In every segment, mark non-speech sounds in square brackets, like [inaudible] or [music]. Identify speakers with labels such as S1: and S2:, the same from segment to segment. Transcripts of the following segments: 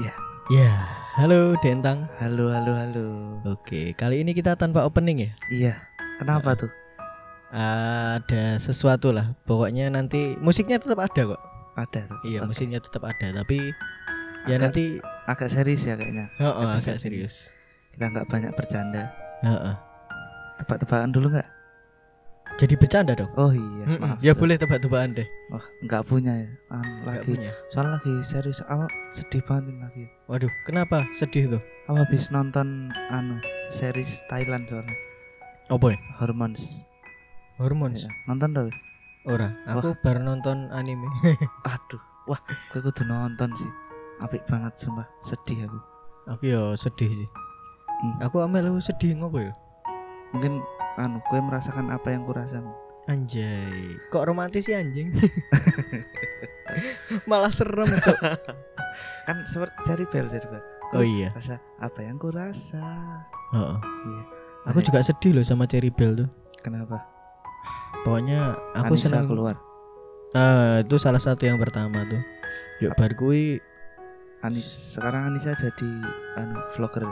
S1: Ya.
S2: Ya, halo Dentang.
S1: Halo, halo, halo.
S2: Oke, kali ini kita tanpa opening ya.
S1: Iya. Kenapa tuh?
S2: Ada sesuatu lah. Pokoknya nanti musiknya tetap ada kok.
S1: Ada tuh.
S2: Iya,
S1: Oke.
S2: musiknya tetap ada, tapi ya
S1: Agak-
S2: nanti
S1: Agak serius ya kayaknya.
S2: Heeh,
S1: episode
S2: agak
S1: ini.
S2: serius.
S1: Kita nggak banyak bercanda.
S2: Heeh.
S1: Tebak-tebakan dulu nggak?
S2: Jadi bercanda dong.
S1: Oh iya.
S2: Mm-mm.
S1: Maaf.
S2: ya boleh tebak-tebakan deh.
S1: Wah, nggak punya ya. Anu,
S2: Nggak
S1: lagi.
S2: punya.
S1: Soalnya lagi serius. Awal sedih banget ini lagi.
S2: Waduh, kenapa sedih tuh?
S1: Awal habis nonton anu series Thailand soalnya.
S2: Oh boy,
S1: Hormones. Ya,
S2: hormones.
S1: Nonton dong.
S2: Ora, aku baru nonton anime. [laughs]
S1: Aduh. Wah, gue kudu nonton sih. Apik banget sumpah. Sedih aku.
S2: aku ya sedih sih.
S1: Hmm.
S2: Aku amel aku sedih ngopo ya?
S1: Mungkin anu gue merasakan apa yang kurasakan.
S2: Anjay, kok romantis sih anjing? Malah serem, Cok.
S1: kan seperti cari bel cari bel
S2: Oh iya.
S1: rasa apa yang ku rasa
S2: Heeh.
S1: Iya.
S2: Aku
S1: Oke.
S2: juga sedih loh sama Cherry Bell tuh.
S1: kenapa
S2: Pokoknya aku
S1: Anissa
S2: senang
S1: keluar
S2: Nah, itu salah satu yang pertama tuh. Yuk bar kui
S1: Anis sekarang Anissa jadi anu vlogger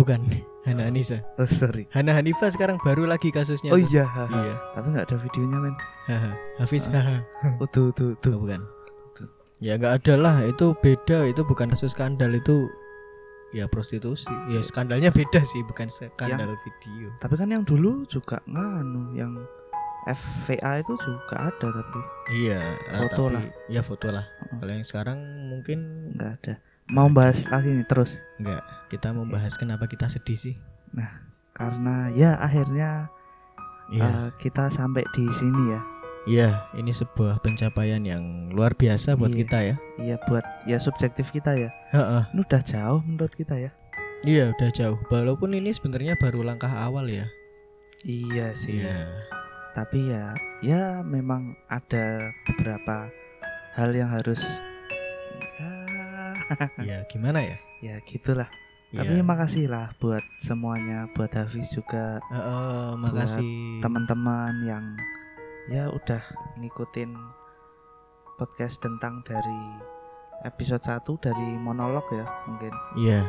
S2: bukan [laughs] Hana Anissa.
S1: oh sorry
S2: Hana Hanifa sekarang baru lagi kasusnya.
S1: oh
S2: tuh.
S1: iya
S2: Iya.
S1: tapi nggak ada videonya [laughs] men
S2: Haha. Hafiz haha.
S1: oh tuh tuh
S2: Tuh
S1: tuh
S2: bukan. Ya nggak ada lah, itu beda, itu bukan kasus skandal itu ya prostitusi. Ya skandalnya beda sih, bukan skandal video.
S1: tapi kan yang dulu juga nganu yang FVA itu juga ada tapi
S2: Iya, eh,
S1: Foto
S2: tapi-
S1: lah.
S2: Ya foto lah.
S1: Heeh.
S2: Kalau yang sekarang mungkin
S1: nggak ada mau bahas lagi nih terus
S2: nggak. Kita
S1: Iya.
S2: membahas kenapa kita sedih sih.
S1: karena ya akhirnya
S2: Iya.
S1: eh, kita sampai di sini ya
S2: Iya, ini sebuah pencapaian yang luar biasa buat
S1: Iya.
S2: kita ya.
S1: iya buat ya subjektif kita ya
S2: Heeh.
S1: ini udah jauh menurut kita ya
S2: Iya, udah jauh. Walaupun ini sebenarnya baru langkah awal ya.
S1: iya sih tapi ya ya memang ada beberapa hal yang harus ya,
S2: Iya, gimana ya? Iya.
S1: ya gitulah tapi makasih lah buat semuanya buat Hafiz juga
S2: Heeh, makasih.
S1: teman-teman yang ya udah ngikutin podcast tentang dari episode 1 dari monolog ya mungkin
S2: Iya.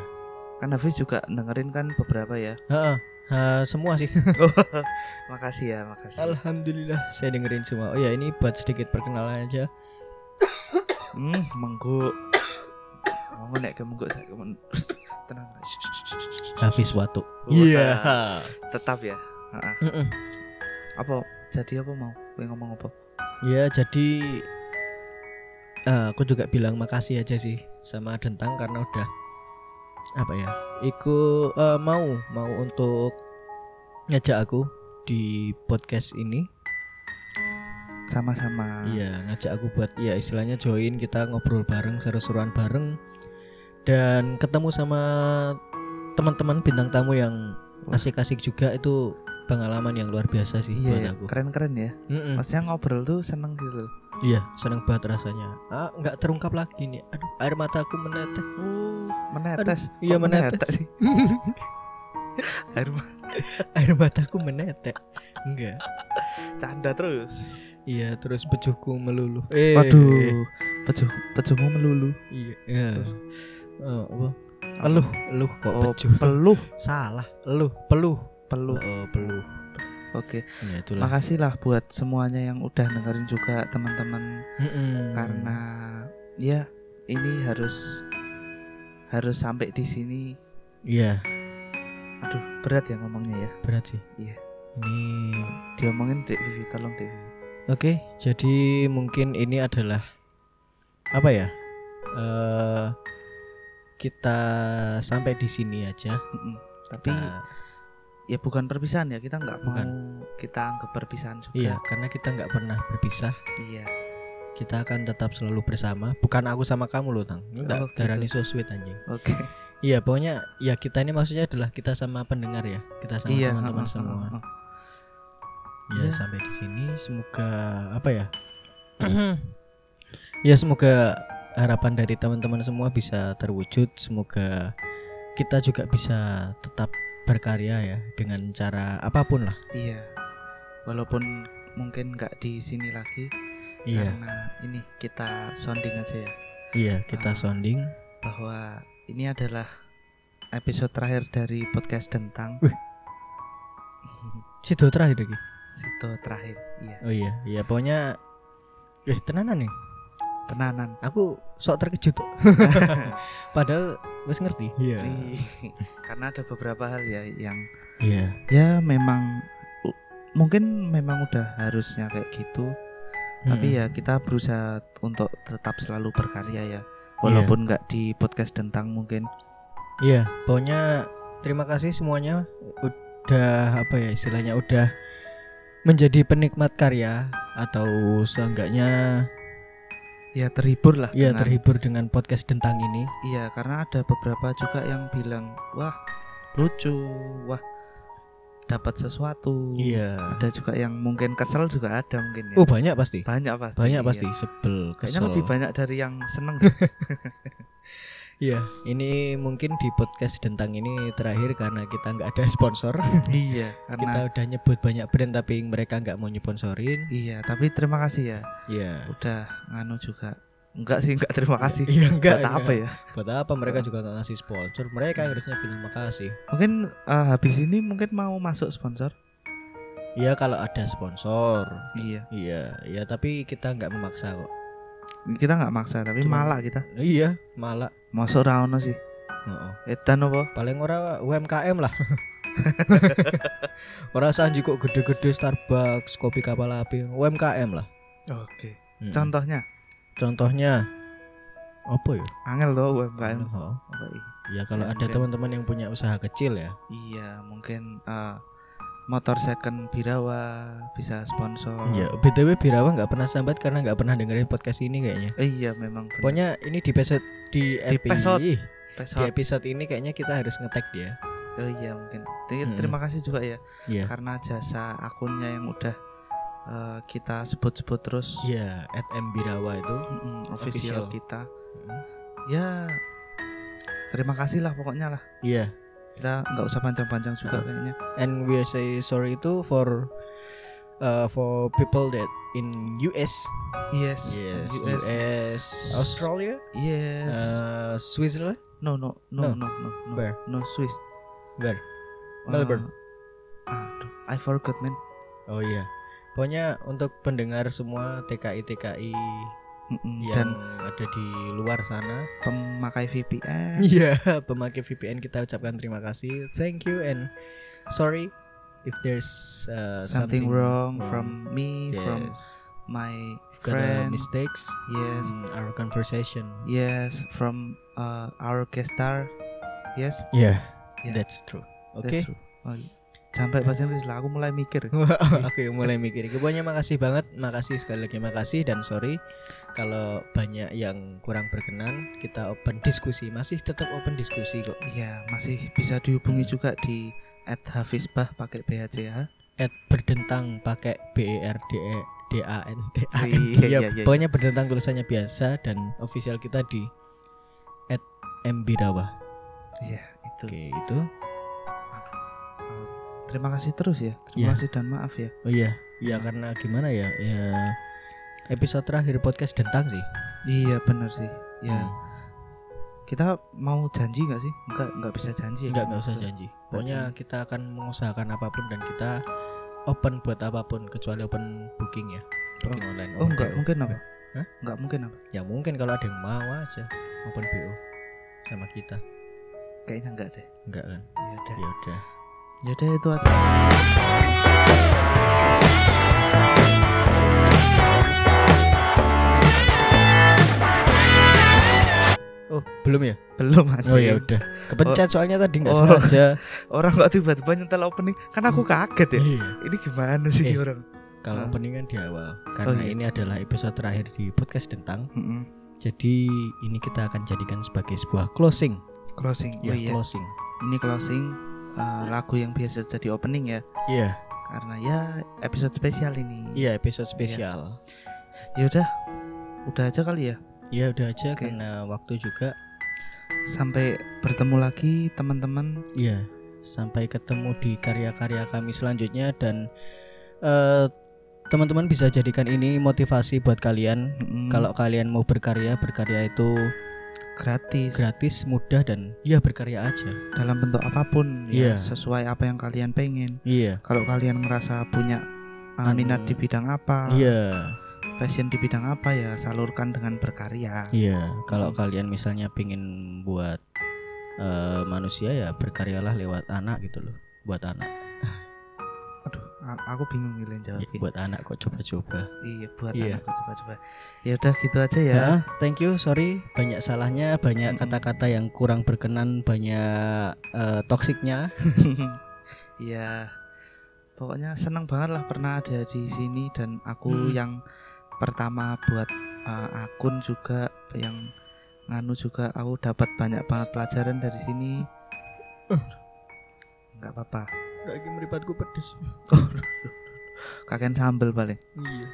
S1: kan Hafiz juga dengerin kan beberapa ya
S2: Heeh. eh, semua sih. [laughs]
S1: makasih ya makasih
S2: Alhamdulillah saya dengerin semua. Oh ya, ini buat sedikit perkenalan aja.
S1: Hmm, menggo. Mau nek ke menggo saya kemen. Tenang. Shh, shh, shh, shh, shh.
S2: Hafiz Watu.
S1: Oh,
S2: Iya.
S1: Tetap ya. Ha-ha.
S2: Heeh.
S1: Apa jadi apa mau? Kowe ngomong apa?
S2: Ya jadi eh, aku juga bilang makasih aja sih sama Dentang karena udah apa ya ikut eh, mau mau untuk ngajak aku di podcast ini
S1: Sama-sama.
S2: Iya ngajak aku buat ya istilahnya join kita ngobrol bareng seru-seruan bareng dan ketemu sama teman-teman bintang tamu yang asik-asik juga itu pengalaman yang luar biasa sih
S1: Iya,
S2: buat
S1: ya,
S2: aku. Mm.
S1: keren-keren ya.
S2: Mm-mm.
S1: Maksudnya ngobrol tuh seneng gitu loh.
S2: Iya, seneng banget rasanya. Ah, nggak terungkap lagi nih. Aduh, air mataku menetes.
S1: Oh. Menetes.
S2: iya,
S1: Kok
S2: menetes.
S1: [laughs] sih. Air mata
S2: [laughs] air mataku menetes. Enggak.
S1: canda terus.
S2: Iya, terus pejuku melulu. Eh,
S1: Waduh. Pejuh, pejuhmu melulu.
S2: Iya. iya. Eh, apa? Eluh, eluh kok
S1: Oh,
S2: pejuh.
S1: peluh,
S2: Salah, eluh, peluh.
S1: peluh.
S2: Oh, peluh.
S1: Oke.
S2: Ya itulah.
S1: Makasih lah buat semuanya yang udah dengerin juga teman-teman
S2: Mm-mm.
S1: karena ya ini harus harus sampai di sini
S2: Iya,
S1: aduh berat ya ngomongnya ya
S2: berat sih.
S1: Iya.
S2: Ini
S1: diomongin Dek Vivi tolong Dek Vivi
S2: Oke, jadi mungkin ini adalah apa ya? Eh kita sampai di sini aja.
S1: Mm-mm. tapi
S2: Nah,
S1: ya bukan perpisahan ya kita nggak mau
S2: Bukan.
S1: kita anggap perpisahan
S2: iya,
S1: juga
S2: karena kita nggak pernah berpisah,
S1: iya
S2: kita akan tetap selalu bersama. Bukan aku sama kamu loh, Tang. Enggak,
S1: Oh, gitu.
S2: darani so sweet anjing.
S1: oke
S2: Iya, pokoknya ya kita ini maksudnya adalah kita sama pendengar ya. Kita sama
S1: iya
S2: teman-teman
S1: heeh,
S2: semua.
S1: heeh, heeh.
S2: Ya
S1: Ya.
S2: sampai di sini semoga apa [clears throat] ya? ya semoga harapan dari teman-teman semua bisa terwujud. Semoga kita juga bisa tetap berkarya ya dengan cara apapun lah.
S1: iya walaupun mungkin nggak di sini lagi
S2: Iya,
S1: karena ini kita sounding aja ya
S2: iya kita
S1: Ah.
S2: sounding.
S1: bahwa ini adalah episode terakhir dari podcast Dentang.
S2: Wih.
S1: [laughs]
S2: Sido terakhir lagi.
S1: Situ terakhir, iya.
S2: Oh iya, iya pokoknya eh tenanan nih.
S1: Tenanan.
S2: Aku sok [laughs] terkejut. kok. Padahal wes ngerti. Iya.
S1: Ih, [laughs] Karena ada beberapa hal ya yang
S2: Iya.
S1: ya memang u- mungkin memang udah harusnya kayak gitu.
S2: Hmm.
S1: Tapi ya kita berusaha untuk tetap selalu berkarya ya. Walaupun nggak di podcast Dentang mungkin.
S2: Iya, pokoknya terima kasih semuanya udah apa ya istilahnya udah menjadi penikmat karya atau seenggaknya
S1: Ya terhibur lah.
S2: ya
S1: dengan-
S2: terhibur dengan podcast Dentang ini.
S1: Iya, karena ada beberapa juga yang bilang, "Wah, lucu. Wah, dapat sesuatu."
S2: Iya.
S1: Ada juga yang mungkin kesel juga ada mungkin ya.
S2: Oh, banyak pasti.
S1: banyak pasti.
S2: Banyak
S1: iya.
S2: pasti sebel,
S1: Kayaknya
S2: kesel.
S1: lebih banyak dari yang seneng. deh.
S2: Iya, ini mungkin di podcast Dentang ini terakhir karena kita nggak ada sponsor.
S1: iya,
S2: [laughs] kita
S1: karena
S2: udah nyebut banyak brand tapi mereka nggak mau nyponsorin.
S1: iya, tapi terima kasih ya.
S2: Iya.
S1: Udah nganu juga. Enggak sih, enggak terima kasih.
S2: Iya, enggak,
S1: Buat apa
S2: enggak.
S1: ya?
S2: Buat apa mereka juga nggak ngasih sponsor? Mereka yang harusnya bilang makasih.
S1: Mungkin eh, habis ini mungkin mau masuk sponsor.
S2: Iya, kalau ada sponsor.
S1: Iya.
S2: Iya, iya tapi kita nggak memaksa kok.
S1: Kita nggak maksa, tapi
S2: Cuman-
S1: malah kita.
S2: Iya, malah.
S1: Masuk ra ono sih.
S2: Heeh.
S1: Edan apa?
S2: Paling ora
S1: [laughs]
S2: UMKM lah. ora usah kok gede-gede Starbucks, kopi kapal api, UMKM lah.
S1: Oke.
S2: Mm-mm.
S1: Hmm. Contohnya,
S2: Contohnya apa ya?
S1: angel loh UMKM.
S2: Heeh.
S1: Apa ini?
S2: Ya kalau
S1: Ya,
S2: ada
S1: mungkin.
S2: teman-teman yang punya usaha kecil ya.
S1: Iya, mungkin eh, motor second Birawa bisa sponsor.
S2: Ya, BTW Birawa nggak pernah sambat karena nggak pernah dengerin podcast ini kayaknya.
S1: Eh, iya, memang. benar.
S2: Pokoknya ini di episode di,
S1: Di
S2: epi-
S1: episode.
S2: di
S1: Pesawat.
S2: episode ini kayaknya kita harus ngetek dia.
S1: Oh iya, mungkin. Ter-
S2: Mm-mm.
S1: Terima kasih juga ya
S2: Iya.
S1: karena jasa akunnya yang udah eh, kita sebut-sebut terus
S2: Iya, at M Birawa itu.
S1: Mm-mm,
S2: Official.
S1: official kita. Ya terima kasih lah pokoknya lah.
S2: Iya.
S1: Kita nggak usah panjang-panjang juga kayaknya.
S2: And we say sorry itu for uh, for people that in US,
S1: Yes.
S2: yes, US,
S1: US.
S2: Australia,
S1: Yes.
S2: uh, Switzerland,
S1: no, no, no,
S2: no.
S1: no, no, no.
S2: Where?
S1: No, Swiss.
S2: where?
S1: Eh,
S2: Melbourne.
S1: aduh, I forgot man.
S2: Oh iya. Pokoknya untuk pendengar semua TKI TKI
S1: Mm-mm,
S2: yang
S1: Dan
S2: ada di luar sana
S1: [laughs] pemakai VPN.
S2: Iya, pemakai VPN kita ucapkan terima kasih. Thank you and sorry if there's uh,
S1: Something, wrong, from me,
S2: yes.
S1: from my
S2: Karena
S1: friend.
S2: mistakes
S1: Yes,
S2: in our conversation.
S1: yes, from uh, our guest star. Yes.
S2: Yeah,
S1: Yeah.
S2: that's true. Oke. [laughs]
S1: that's true. [laughs] Oh, iya. Sampai bahasa Inggris lah, aku mulai mikir.
S2: Aku yang mulai mikir. Pokoknya makasih banget, makasih sekali lagi makasih dan sorry kalau banyak yang kurang berkenan. Kita open diskusi, masih tetap open diskusi kok.
S1: Iya, masih bisa dihubungi
S2: Hmm.
S1: juga di at Hafizbah pakai BHCH.
S2: At berdentang pakai B E R D E D A N T A N.
S1: Iya,
S2: Ya,
S1: iya, iya.
S2: pokoknya berdentang tulisannya biasa dan official kita di at mbirawa.
S1: Iya, itu.
S2: Oke, itu.
S1: Terima kasih terus ya. Terima
S2: Iya.
S1: kasih dan maaf ya.
S2: Oh iya, iya karena gimana ya? Ya episode terakhir podcast dentang sih.
S1: Iya, benar sih. Ya,
S2: Hmm.
S1: kita mau janji nggak sih? Nggak, nggak bisa janji. ya?
S2: Enggak, enggak usah janji. Iya. Pokoknya
S1: janji.
S2: kita akan mengusahakan apapun dan kita open buat apapun kecuali open booking ya. Booking online.
S1: Oh,
S2: open
S1: nggak
S2: BO.
S1: mungkin apa?
S2: Hah?
S1: Nggak mungkin apa?
S2: Ya mungkin kalau ada yang mau aja open BO sama kita.
S1: Kayaknya nggak deh.
S2: Enggak kan?
S1: Ya udah.
S2: Ya udah.
S1: Ya udah itu aja.
S2: Oh, belum ya?
S1: Belum aja.
S2: Oh ya udah. Kepencet soalnya tadi nggak
S1: Oh.
S2: sengaja.
S1: [laughs] Orang kok tiba-tiba nyetel opening kan aku kaget ya.
S2: Iya.
S1: Ini gimana sih
S2: Eh.
S1: orang?
S2: Kalau
S1: Hah?
S2: opening kan di awal karena
S1: Ah. iya.
S2: ini adalah episode terakhir di podcast Dentang.
S1: Mm-mm.
S2: Jadi ini kita akan jadikan sebagai sebuah closing.
S1: Closing. oh
S2: Ya,
S1: iya.
S2: closing.
S1: Ini closing uh, lagu yang biasa jadi opening ya.
S2: Iya.
S1: Karena ya episode spesial ini.
S2: Iya, episode spesial.
S1: Ya udah. Udah aja kali ya.
S2: Ya udah aja
S1: Oke.
S2: karena waktu juga.
S1: Sampai bertemu lagi teman-teman.
S2: Iya. Sampai ketemu di karya-karya kami selanjutnya dan eh, teman-teman bisa jadikan ini motivasi buat kalian
S1: Mm-mm.
S2: kalau kalian mau berkarya berkarya itu
S1: gratis
S2: gratis mudah dan ya berkarya aja
S1: dalam bentuk apapun ya
S2: Iya.
S1: sesuai apa yang kalian pengen
S2: iya
S1: kalau kalian merasa punya uh,
S2: Anu.
S1: minat di bidang apa
S2: iya
S1: passion di bidang apa ya salurkan dengan berkarya
S2: iya kalau kalian misalnya pingin buat eh, manusia ya berkaryalah lewat anak gitu loh buat anak
S1: aduh a- aku bingung milih jawab
S2: Ya, buat anak kok coba-coba
S1: iya buat
S2: Iya.
S1: anakku coba-coba ya udah gitu aja ya
S2: Hah, thank you sorry banyak salahnya banyak
S1: Mm-mm.
S2: kata-kata yang kurang berkenan banyak eh, toksiknya
S1: [laughs] Iya. Pokoknya seneng banget lah pernah ada di sini dan aku
S2: Mm.
S1: yang pertama buat uh, akun juga yang nganu juga aku dapat banyak banget pelajaran dari sini. Enggak apa-apa.
S2: lagi meripatku pedes
S1: Kakek sambel paling.
S2: iya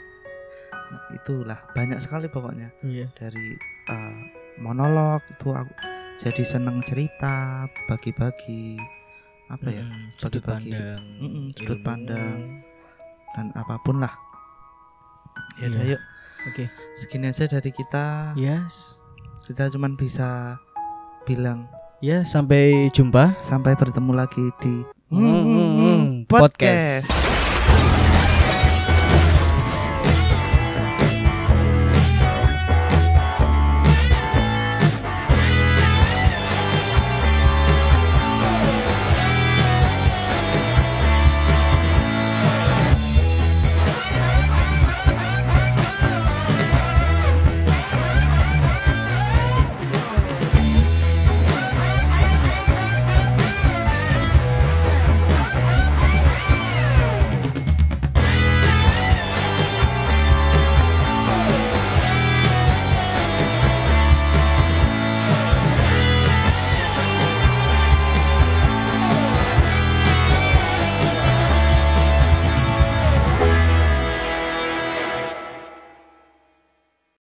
S1: Nah, itulah banyak sekali pokoknya
S2: iya
S1: dari uh, monolog itu aku jadi seneng cerita, bagi-bagi apa ya?
S2: Mm, sudut
S1: Pagi-pagi.
S2: pandang
S1: Mm-mm, sudut
S2: ilmu.
S1: pandang. dan apapun lah. Ya udah,
S2: Iya.
S1: yuk
S2: oke
S1: segini aja dari kita.
S2: Iya. yes
S1: Kita cuman bisa bilang
S2: ya sampai jumpa
S1: sampai bertemu lagi di
S2: Hmm, Mm, mm, mm, podcast.